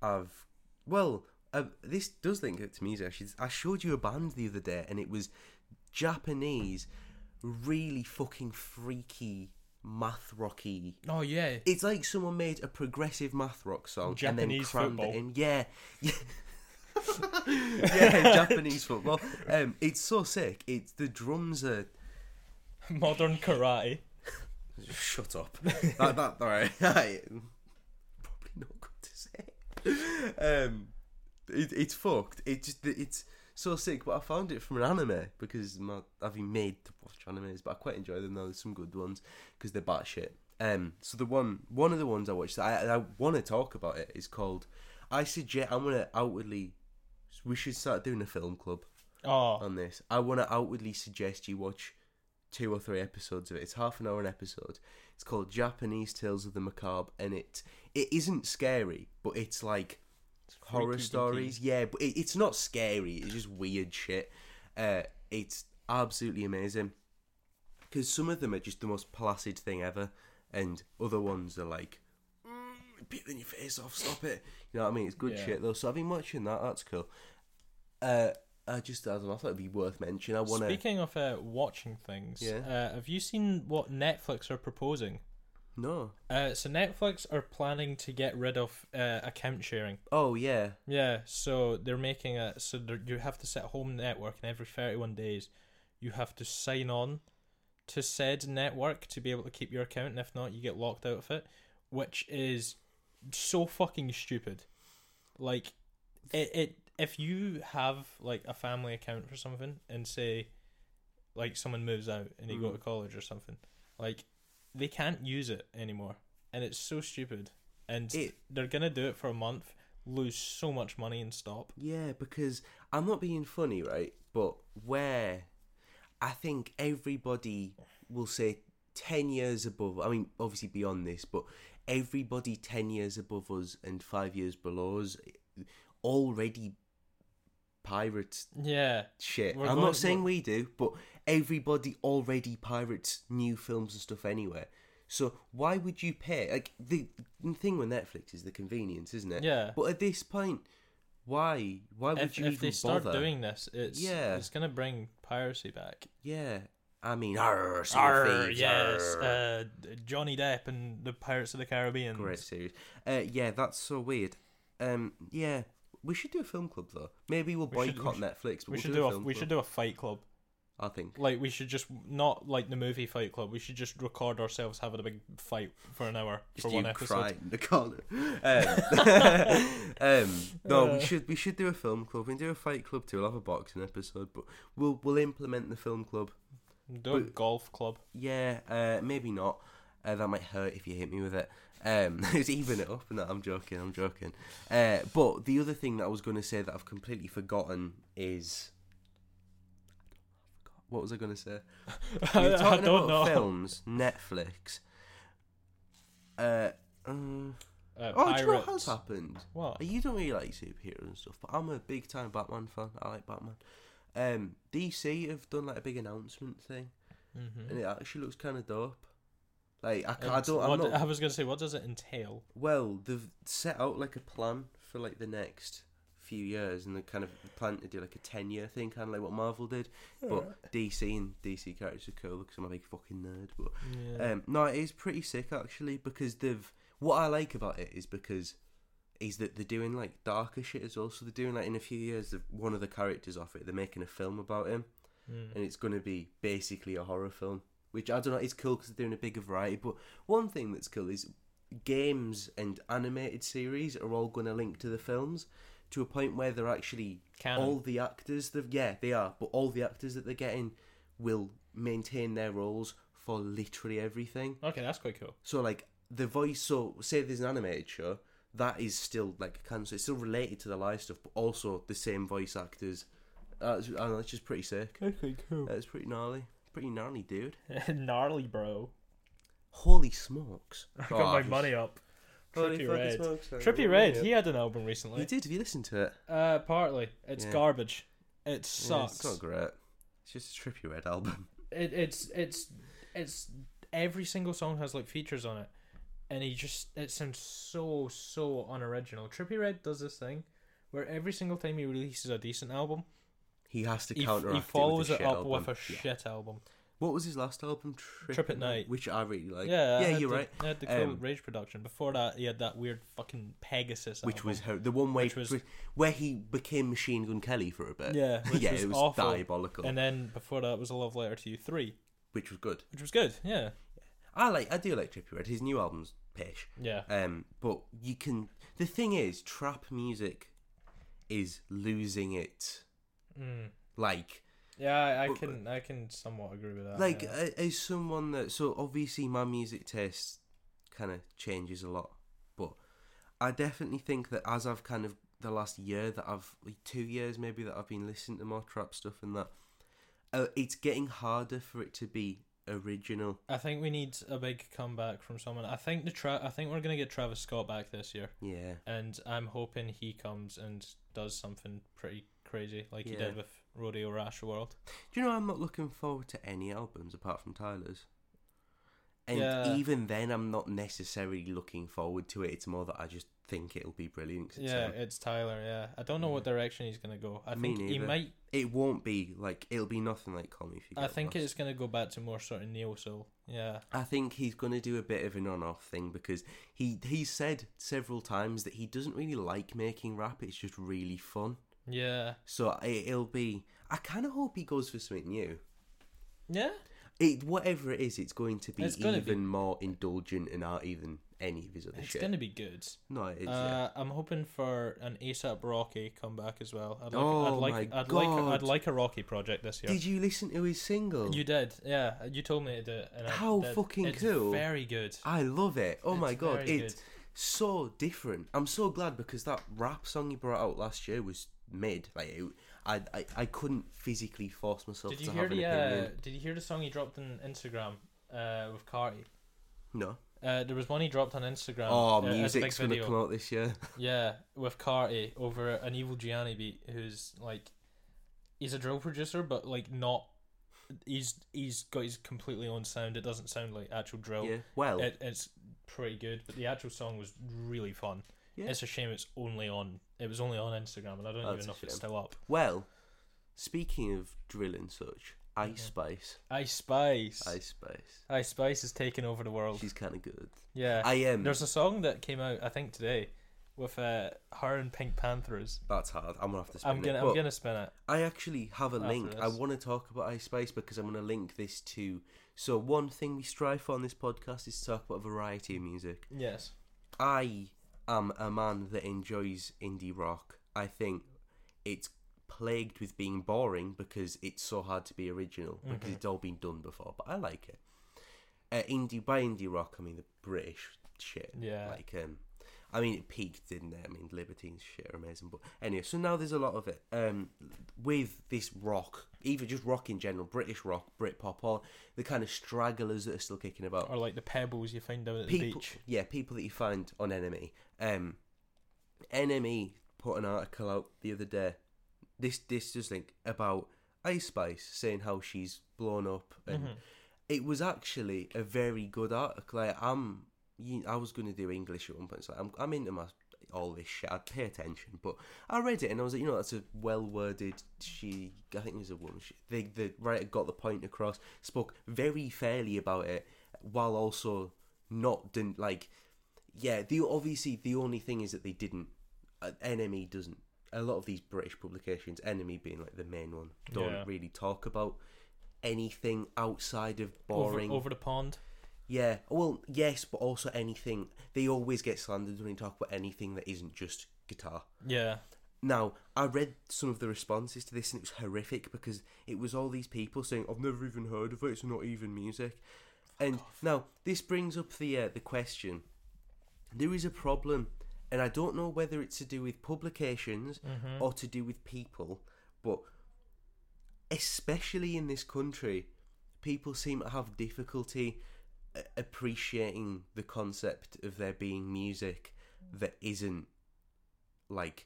Speaker 1: I've well, uh, this does link it to music. Actually, I showed you a band the other day, and it was Japanese, really fucking freaky math rocky.
Speaker 2: oh yeah,
Speaker 1: It's like someone made a progressive math rock song and then
Speaker 2: Japanese
Speaker 1: crammed
Speaker 2: football.
Speaker 1: it in. Yeah. Yeah. yeah, Japanese football. Um, it's so sick. It's the drums are
Speaker 2: modern karate.
Speaker 1: Shut up. that, that, all right. Probably not good to say. Um, it, it's fucked. It just, it's so sick. But I found it from an anime because my, I've been made to watch animes, but I quite enjoy them. though. There's some good ones because they're batshit. Um, so the one, one of the ones I watched that I, I want to talk about it is called. I suggest I'm gonna outwardly. We should start doing a film club
Speaker 2: Oh,
Speaker 1: on this. I want to outwardly suggest you watch two or three episodes of it. It's half an hour an episode. It's called Japanese Tales of the Macabre, and it it isn't scary, but it's like horror
Speaker 2: freaky deaky.
Speaker 1: stories. Yeah, but it, it's not scary. It's just weird shit. Uh, it's absolutely amazing because some of them are just the most placid thing ever, and other ones are like. "Mm, Peeling your face off, stop it. You know what I mean? It's good
Speaker 2: Yeah.
Speaker 1: shit though. So I've been watching that. That's cool. Uh, I just I don't know. I thought it'd be worth mentioning. I want to.
Speaker 2: Speaking of uh, watching things,
Speaker 1: Yeah.
Speaker 2: uh, have you seen what Netflix are proposing?
Speaker 1: No.
Speaker 2: Uh, so Netflix are planning to get rid of uh, account sharing.
Speaker 1: Oh yeah.
Speaker 2: Yeah, so they're making a so they're, you have to set home network, and every thirty-one days, you have to sign on to said network to be able to keep your account, and if not, you get locked out of it, which is so fucking stupid. Like, it it if you have like a family account for something, and say, like someone moves out and you go
Speaker 1: Mm.
Speaker 2: to college or something, like they can't use it anymore, and it's so stupid. And
Speaker 1: It-
Speaker 2: they're gonna do it for a month lose so much money and stop.
Speaker 1: Yeah, because I'm not being funny, right? But where I think everybody will say ten years above. I mean, obviously beyond this, but everybody ten years above us and five years below us already pirates
Speaker 2: Yeah.
Speaker 1: shit.
Speaker 2: We're
Speaker 1: I'm
Speaker 2: going-
Speaker 1: not saying we do, but everybody already pirates new films and stuff anyway. So why would you pay? Like the thing with Netflix is the convenience, isn't it?
Speaker 2: Yeah.
Speaker 1: But at this point, why? Why would
Speaker 2: If,
Speaker 1: you
Speaker 2: if
Speaker 1: even
Speaker 2: they start
Speaker 1: bother?
Speaker 2: doing this, it's
Speaker 1: Yeah.
Speaker 2: it's gonna bring piracy back.
Speaker 1: Yeah. I mean, arr, Sea of
Speaker 2: Arr,
Speaker 1: Thieves,
Speaker 2: yes,
Speaker 1: arr.
Speaker 2: uh, Johnny Depp and the Pirates of the Caribbean.
Speaker 1: Great series. Uh, yeah, that's so weird. Um, yeah, we should do a film club though. Maybe we'll
Speaker 2: We should- we
Speaker 1: boycott
Speaker 2: should-
Speaker 1: Netflix. But
Speaker 2: We
Speaker 1: we'll
Speaker 2: should
Speaker 1: do
Speaker 2: do
Speaker 1: a
Speaker 2: a
Speaker 1: film
Speaker 2: we
Speaker 1: club,
Speaker 2: should do a Fight Club.
Speaker 1: I think.
Speaker 2: Like we should just not like the movie Fight Club. We should just record ourselves having a big fight for an hour
Speaker 1: Just
Speaker 2: for
Speaker 1: you
Speaker 2: one episode.
Speaker 1: crying in the corner. Um, um, no,
Speaker 2: Uh.
Speaker 1: we should we should do a film club. We can do a fight club too. We'll have a boxing episode, but we'll we'll implement the film club.
Speaker 2: Do a
Speaker 1: But-
Speaker 2: golf club.
Speaker 1: Yeah, uh, maybe not. Uh, that might hurt if you hit me with it. Um, it's even it up. No, I'm joking. I'm joking. Uh, but the other thing that I was going to say that I've completely forgotten is. What was I going to say? We
Speaker 2: I,
Speaker 1: We're
Speaker 2: I
Speaker 1: talking
Speaker 2: don't know.
Speaker 1: about films, Netflix. Uh, uh,
Speaker 2: Uh,
Speaker 1: oh, do you know
Speaker 2: pirates.
Speaker 1: what has happened? Uh,
Speaker 2: What?
Speaker 1: You don't really like superheroes and stuff, but I'm a big time Batman fan. I like Batman. Um, DC have done like a big announcement thing,
Speaker 2: Mm-hmm.
Speaker 1: and it actually looks kind of dope. Like I, can't, I
Speaker 2: It's-
Speaker 1: don't, I'm
Speaker 2: what-
Speaker 1: not.
Speaker 2: I was gonna say, what does it entail?
Speaker 1: Well, they've set out like a plan for like the next few years, and they kind of plan to do like a ten-year thing, kind of like what Marvel did. But DC and DC characters are cool because I'm a big fucking nerd. But
Speaker 2: Yeah.
Speaker 1: um, no, it is pretty sick actually because they've. What I like about it is because is that they're doing like darker shit as well. So they're doing like in a few years, the- one of the characters off it, they're making a film about him,
Speaker 2: Mm.
Speaker 1: and it's going to be basically a horror film. Which I don't know, it's cool because they're doing a bigger variety. But one thing that's cool is games and animated series are all going to link to the films to a point where they're actually
Speaker 2: Canon.
Speaker 1: all the actors, the yeah, they are, but all the actors that they're getting will maintain their roles for literally everything.
Speaker 2: Okay, that's quite cool.
Speaker 1: So like the voice, so say there's an animated show that is still like cancer, it's still related to the live stuff, but also the same voice actors. Uh, it's- I don't know, it's just pretty sick.
Speaker 2: That's quite cool.
Speaker 1: Uh, it's pretty gnarly, pretty gnarly, dude.
Speaker 2: Gnarly, bro.
Speaker 1: Holy smokes!
Speaker 2: I
Speaker 1: Oh,
Speaker 2: got my
Speaker 1: just-
Speaker 2: money up.
Speaker 1: Holy
Speaker 2: Trippy
Speaker 1: fucking
Speaker 2: Red.
Speaker 1: smokes, man.
Speaker 2: Trippy Red, he had an album recently.
Speaker 1: You did. Have you listened to it?
Speaker 2: Uh, partly. It's
Speaker 1: Yeah.
Speaker 2: garbage. It
Speaker 1: Yeah,
Speaker 2: sucks.
Speaker 1: it's not great. It's just a Trippy Red album.
Speaker 2: it, it's it's it's every single song has like features on it, and he just it sounds so so unoriginal. Trippy Red does this thing where every single time he releases a decent album,
Speaker 1: He has to
Speaker 2: he, f-
Speaker 1: counteract
Speaker 2: he follows
Speaker 1: it with a
Speaker 2: it,
Speaker 1: shit
Speaker 2: up
Speaker 1: album.
Speaker 2: with a
Speaker 1: Yeah.
Speaker 2: shit album.
Speaker 1: What was his last album? Trip,
Speaker 2: Trip at Night.
Speaker 1: which I really like.
Speaker 2: yeah, I
Speaker 1: yeah,
Speaker 2: had
Speaker 1: you're
Speaker 2: the,
Speaker 1: right.
Speaker 2: I had the cool
Speaker 1: Um,
Speaker 2: Rage production. Before that, he had that weird fucking Pegasus.
Speaker 1: Which
Speaker 2: album.
Speaker 1: was her, the one way
Speaker 2: Which was-
Speaker 1: where he became Machine Gun Kelly for a bit.
Speaker 2: yeah, which
Speaker 1: Uh, yeah,
Speaker 2: was
Speaker 1: it was
Speaker 2: awful.
Speaker 1: diabolical,
Speaker 2: And then before that was a love letter to you three,
Speaker 1: which was good.
Speaker 2: which was good. Yeah,
Speaker 1: I like, I do like Trippie Red. His new album's pish,
Speaker 2: yeah.
Speaker 1: um, but you can. The thing is, trap music is losing it.
Speaker 2: Mm.
Speaker 1: Like
Speaker 2: Yeah, I, I
Speaker 1: But-
Speaker 2: can I can somewhat agree with that.
Speaker 1: like uh,
Speaker 2: yeah.
Speaker 1: a- as someone that so obviously my music taste kind of changes a lot but i definitely think that as i've kind of the last year that i've like, two years maybe that i've been listening to more trap stuff and that uh, it's getting harder for it to be original
Speaker 2: I think we need a big comeback from someone. I think the tra- I think we're gonna get Travis Scott back this year,
Speaker 1: yeah
Speaker 2: and I'm hoping he comes and does something pretty crazy like he
Speaker 1: Yeah.
Speaker 2: did with Rodeo Rash World.
Speaker 1: do you know i'm not looking forward to any albums apart from tyler's and
Speaker 2: Yeah.
Speaker 1: even then i'm not necessarily looking forward to it it's more that i just think it'll be brilliant 'cause it's
Speaker 2: yeah,
Speaker 1: him.
Speaker 2: it's Tyler. Yeah, I don't know what direction he's gonna go. I
Speaker 1: Me
Speaker 2: think he
Speaker 1: neither.
Speaker 2: might.
Speaker 1: It won't be like it'll be nothing like Call Me If You
Speaker 2: I
Speaker 1: Get
Speaker 2: think
Speaker 1: Lost.
Speaker 2: it's gonna go back to more sort of neo soul. Yeah,
Speaker 1: I think he's gonna do a bit of an on-off thing because he he said several times that he doesn't really like making rap. It's just really fun.
Speaker 2: yeah,
Speaker 1: So it, it'll be. I kind of hope he goes for something new.
Speaker 2: yeah.
Speaker 1: It whatever it is, it's going to be
Speaker 2: It's gonna
Speaker 1: even
Speaker 2: be-
Speaker 1: more indulgent and arty than any of his other
Speaker 2: It's
Speaker 1: shit.
Speaker 2: gonna be good.
Speaker 1: No, it's
Speaker 2: Uh, I'm hoping for an ASAP Rocky comeback as well. I'd like,
Speaker 1: Oh
Speaker 2: I'd like,
Speaker 1: my
Speaker 2: I'd like, a,
Speaker 1: God.
Speaker 2: I'd like a Rocky project this year.
Speaker 1: Did you listen to his single?
Speaker 2: You did, yeah. You told me to do it. And
Speaker 1: How
Speaker 2: I did.
Speaker 1: fucking
Speaker 2: it's
Speaker 1: cool.
Speaker 2: Very good.
Speaker 1: I love it. Oh my
Speaker 2: It's
Speaker 1: god,
Speaker 2: very
Speaker 1: it's
Speaker 2: good.
Speaker 1: so different. I'm so glad because that rap song you brought out last year was mid. Like it, I, I, I couldn't physically force myself
Speaker 2: Did you
Speaker 1: to
Speaker 2: hear
Speaker 1: have an
Speaker 2: the? Uh,
Speaker 1: opinion.
Speaker 2: did you hear the song he dropped on Instagram uh, with Carti?
Speaker 1: No.
Speaker 2: Uh, there was one he dropped on Instagram.
Speaker 1: Oh,
Speaker 2: uh, as a
Speaker 1: music's
Speaker 2: big
Speaker 1: gonna
Speaker 2: video.
Speaker 1: come out this year.
Speaker 2: Yeah, with Carti over an evil Gianni beat, who's like, he's a drill producer, but like not. He's he's got his completely own sound. It doesn't sound like actual drill.
Speaker 1: Yeah. Well,
Speaker 2: It, it's pretty good, but the actual song was really fun.
Speaker 1: Yeah. Oh,
Speaker 2: It's a shame it's only on. It was only on Instagram, and I don't
Speaker 1: That's
Speaker 2: even
Speaker 1: a
Speaker 2: know if it's
Speaker 1: shame.
Speaker 2: still up.
Speaker 1: well. Speaking of drill and such, Ice Spice,
Speaker 2: Ice Spice. Ice,
Speaker 1: Ice Spice,
Speaker 2: Spice is taking over the world.
Speaker 1: she's kind of good.
Speaker 2: Yeah.
Speaker 1: I am. Um,
Speaker 2: Uh, There's a song that came out, I think, today with uh, her and Pink Panthers.
Speaker 1: that's hard. I'm gonna have to. Spin
Speaker 2: I'm gonna,
Speaker 1: it.
Speaker 2: I'm
Speaker 1: But-
Speaker 2: gonna spin it.
Speaker 1: I actually have a
Speaker 2: after
Speaker 1: link. I
Speaker 2: this.
Speaker 1: want to talk about Ice Spice because I'm going to link this to. So, one thing we strive for on this podcast is to talk about a variety of music.
Speaker 2: Yes.
Speaker 1: I am a man that enjoys indie rock. I think it's plagued with being boring because it's so hard to be original because it's all been done before, but I like it. Uh, indie by indie rock, I mean the British shit.
Speaker 2: Yeah.
Speaker 1: Like, um, I mean, it peaked, didn't it? I mean, Libertines shit are amazing. But anyway, so now there's a lot of it. Um, with this rock, even just rock in general, British rock, Britpop, all the kind of stragglers that are still kicking about
Speaker 2: Or like the pebbles you find down at the
Speaker 1: Oh. people,
Speaker 2: beach.
Speaker 1: yeah, people that you find on NME. Um, E NME put an article out the other day. This this just like about Ice Spice saying how she's blown up, and it was actually a very good article. Like, I'm, you, I was going to do English at one point, so I'm, I'm into my all this shit. I pay attention, but I read it and I was like, you know, that's a well worded. She, I think it was a woman. She, the the writer got the point across. Spoke very fairly about it, while also not didn't like. Yeah, the obviously the only thing is that they didn't. Uh, NME doesn't. A lot of these British publications, NME being like the main one, don't
Speaker 2: Yeah.
Speaker 1: really talk about anything outside of
Speaker 2: Over,
Speaker 1: boring
Speaker 2: over the pond.
Speaker 1: yeah. Well, yes, but also anything. They always get slandered when they talk about anything that isn't just guitar.
Speaker 2: Yeah.
Speaker 1: Now, I read some of the responses to this and it was horrific because it was all these people saying, "I've never even heard of it. It's not even music." and now this brings up the uh, the question: there is a problem, and I don't know whether it's to do with publications
Speaker 2: Mm-hmm.
Speaker 1: or to do with people, but especially in this country, people seem to have difficulty a- appreciating the concept of there being music that isn't like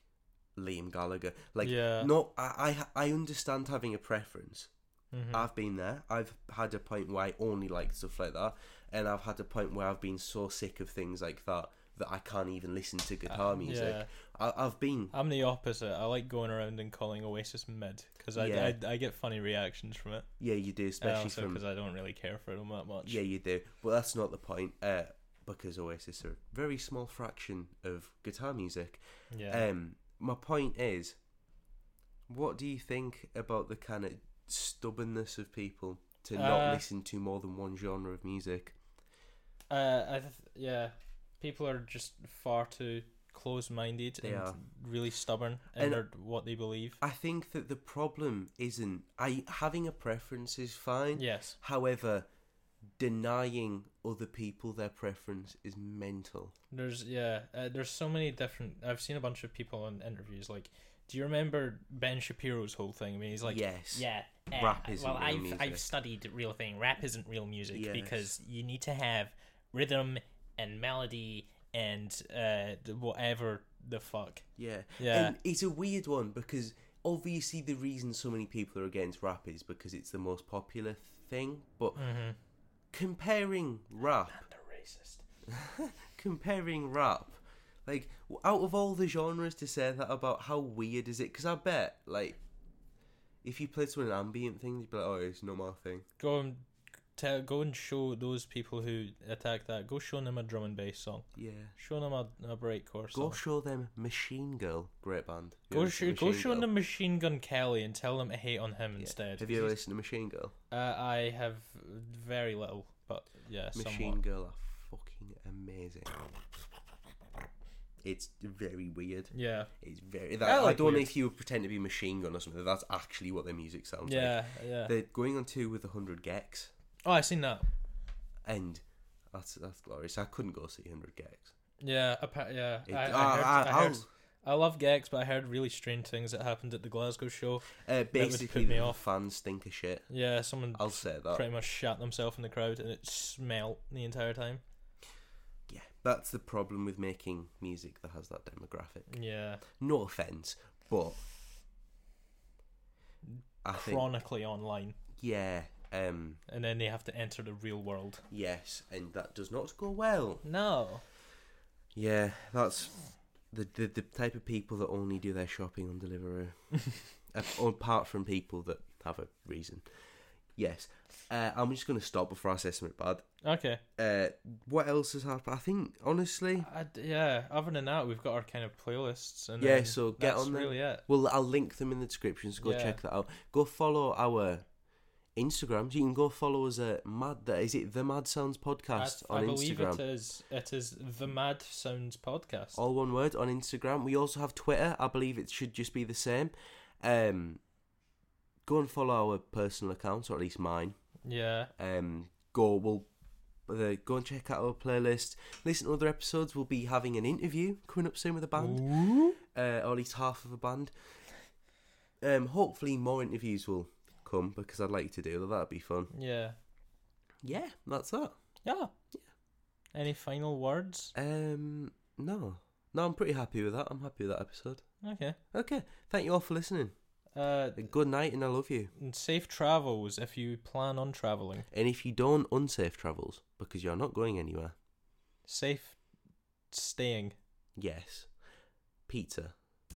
Speaker 1: Liam Gallagher. Like,
Speaker 2: Yeah.
Speaker 1: no, I, I I understand having a preference.
Speaker 2: Mhm.
Speaker 1: I've been there. I've had a point where I only like stuff like that, and I've had a point where I've been so sick of things like that that I can't even listen to guitar music.
Speaker 2: Ah, yeah.
Speaker 1: I, I've been
Speaker 2: I'm the opposite. I like going around and calling Oasis mid because I,
Speaker 1: Yeah.
Speaker 2: I, I get funny reactions from it,
Speaker 1: yeah, you do,
Speaker 2: and
Speaker 1: especially
Speaker 2: also
Speaker 1: from
Speaker 2: because I don't really care for them that much.
Speaker 1: Yeah, you do. But that's not the point, uh, because Oasis are a very small fraction of guitar music.
Speaker 2: Yeah.
Speaker 1: Um, my point is, what do you think about the kind of stubbornness of people to not
Speaker 2: Uh,
Speaker 1: listen to more than one genre of music?
Speaker 2: Uh, I th- yeah, people are just far too close-minded
Speaker 1: They
Speaker 2: and
Speaker 1: are.
Speaker 2: really stubborn in
Speaker 1: And- uh,
Speaker 2: their, what they believe.
Speaker 1: I think that the problem isn't I having a preference is fine.
Speaker 2: Yes.
Speaker 1: However, denying other people their preference is mental.
Speaker 2: There's yeah. Uh, there's so many different. I've seen a bunch of people on interviews. Like, do you remember Ben Shapiro's whole thing? I mean, he's like,
Speaker 1: yes.
Speaker 3: Yeah. uh,
Speaker 1: Rap isn't
Speaker 3: well,
Speaker 1: real
Speaker 3: I've
Speaker 1: music.
Speaker 3: I've studied real thing. Rap isn't real music
Speaker 1: Yes.
Speaker 3: because you need to have rhythm and melody and
Speaker 2: uh, th- whatever the fuck.
Speaker 1: Yeah.
Speaker 2: Yeah.
Speaker 1: And it's a weird one because obviously the reason so many people are against rap is because it's the most popular thing, but
Speaker 2: Mm-hmm.
Speaker 1: comparing rap,
Speaker 2: They're racist.
Speaker 1: comparing rap, like w- out of all the genres to say that about, how weird is it? Because I bet, like, if you played someone an ambient thing, they'd be like, oh, it's not my thing.
Speaker 2: Go and tell, go and show those people who attack that. Go show them a drum and bass song.
Speaker 1: Yeah.
Speaker 2: Show them a, a breakcore
Speaker 1: Go
Speaker 2: song.
Speaker 1: show them Machine Girl, great band. Have you
Speaker 2: Go,
Speaker 1: ever
Speaker 2: show,
Speaker 1: listened to
Speaker 2: go
Speaker 1: Machine
Speaker 2: show
Speaker 1: Girl?
Speaker 2: them Machine Gun Kelly and tell them to hate on him instead.
Speaker 1: Have you ever listened to Machine Girl?
Speaker 2: Uh, I have very little, but yeah,
Speaker 1: Machine
Speaker 2: somewhat.
Speaker 1: Girl are fucking amazing. It's very weird.
Speaker 2: Yeah,
Speaker 1: It's very. That, I,
Speaker 2: I like
Speaker 1: don't know
Speaker 2: weird.
Speaker 1: if you pretend to be Machine Gun or something. That's actually what their music sounds like.
Speaker 2: yeah, yeah.
Speaker 1: They're going on tour with 100 Gex,
Speaker 2: Oh, I seen that.
Speaker 1: and that's that's glorious. I couldn't go see 100 Gex.
Speaker 2: Yeah, appa- yeah.
Speaker 1: It-
Speaker 2: I,
Speaker 1: ah,
Speaker 2: I, heard,
Speaker 1: ah,
Speaker 2: I, heard,
Speaker 1: I'll-
Speaker 2: I love Gex, but I heard really strange things that happened at the Glasgow show.
Speaker 1: Uh,
Speaker 2: would
Speaker 1: basically,
Speaker 2: put me
Speaker 1: the
Speaker 2: off.
Speaker 1: fans think of shit.
Speaker 2: Yeah, someone
Speaker 1: I'll say that.
Speaker 2: pretty much shat themselves in the crowd, and it smelt the entire time.
Speaker 1: Yeah, that's the problem with making music that has that demographic.
Speaker 2: Yeah,
Speaker 1: No offense, but I think
Speaker 2: chronically online,
Speaker 1: yeah, um,
Speaker 2: and then they have to enter the real world.
Speaker 1: yes, and that does not go well.
Speaker 2: No.
Speaker 1: Yeah, that's the, the the type of people that only do their shopping on Deliveroo. A- Apart from people that have a reason. Yes. Uh, I'm just going to stop before I say something bad.
Speaker 2: Okay.
Speaker 1: Uh, what else has happened? I think, honestly.
Speaker 2: I d yeah. Other than that, we've got our kind of playlists, and
Speaker 1: Yeah,
Speaker 2: then
Speaker 1: so get
Speaker 2: that's
Speaker 1: on them.
Speaker 2: really it.
Speaker 1: Well, I'll link them in the description, so go
Speaker 2: Yeah.
Speaker 1: check that out. Go follow our Instagrams. You can go follow us at Mad. Is it the Mad Sounds Podcast
Speaker 2: I,
Speaker 1: on
Speaker 2: I
Speaker 1: Instagram? Oh.
Speaker 2: believe it is. It is the Mad Sounds podcast.
Speaker 1: All one word on Instagram. We also have Twitter. I believe it should just be the same. Um, go and follow our personal accounts, or at least mine.
Speaker 2: Yeah,
Speaker 1: Um, go we'll uh, go and check out our playlist. Listen to other episodes. We'll be having an interview coming up soon with a band, uh, or at least half of a band. Um, hopefully more interviews will come because I'd like to do that. That'd be fun.
Speaker 2: yeah,
Speaker 1: Yeah, that's that.
Speaker 2: yeah. Any final words?
Speaker 1: Um, no, no, I'm pretty happy with that. I'm happy with that episode.
Speaker 2: Okay.
Speaker 1: Okay, thank you all for listening.
Speaker 2: Uh,
Speaker 1: Good night, and I love you.
Speaker 2: and safe travels if you plan on traveling.
Speaker 1: And if you don't, unsafe travels because you're not going anywhere.
Speaker 2: Safe staying.
Speaker 1: Yes. Pizza.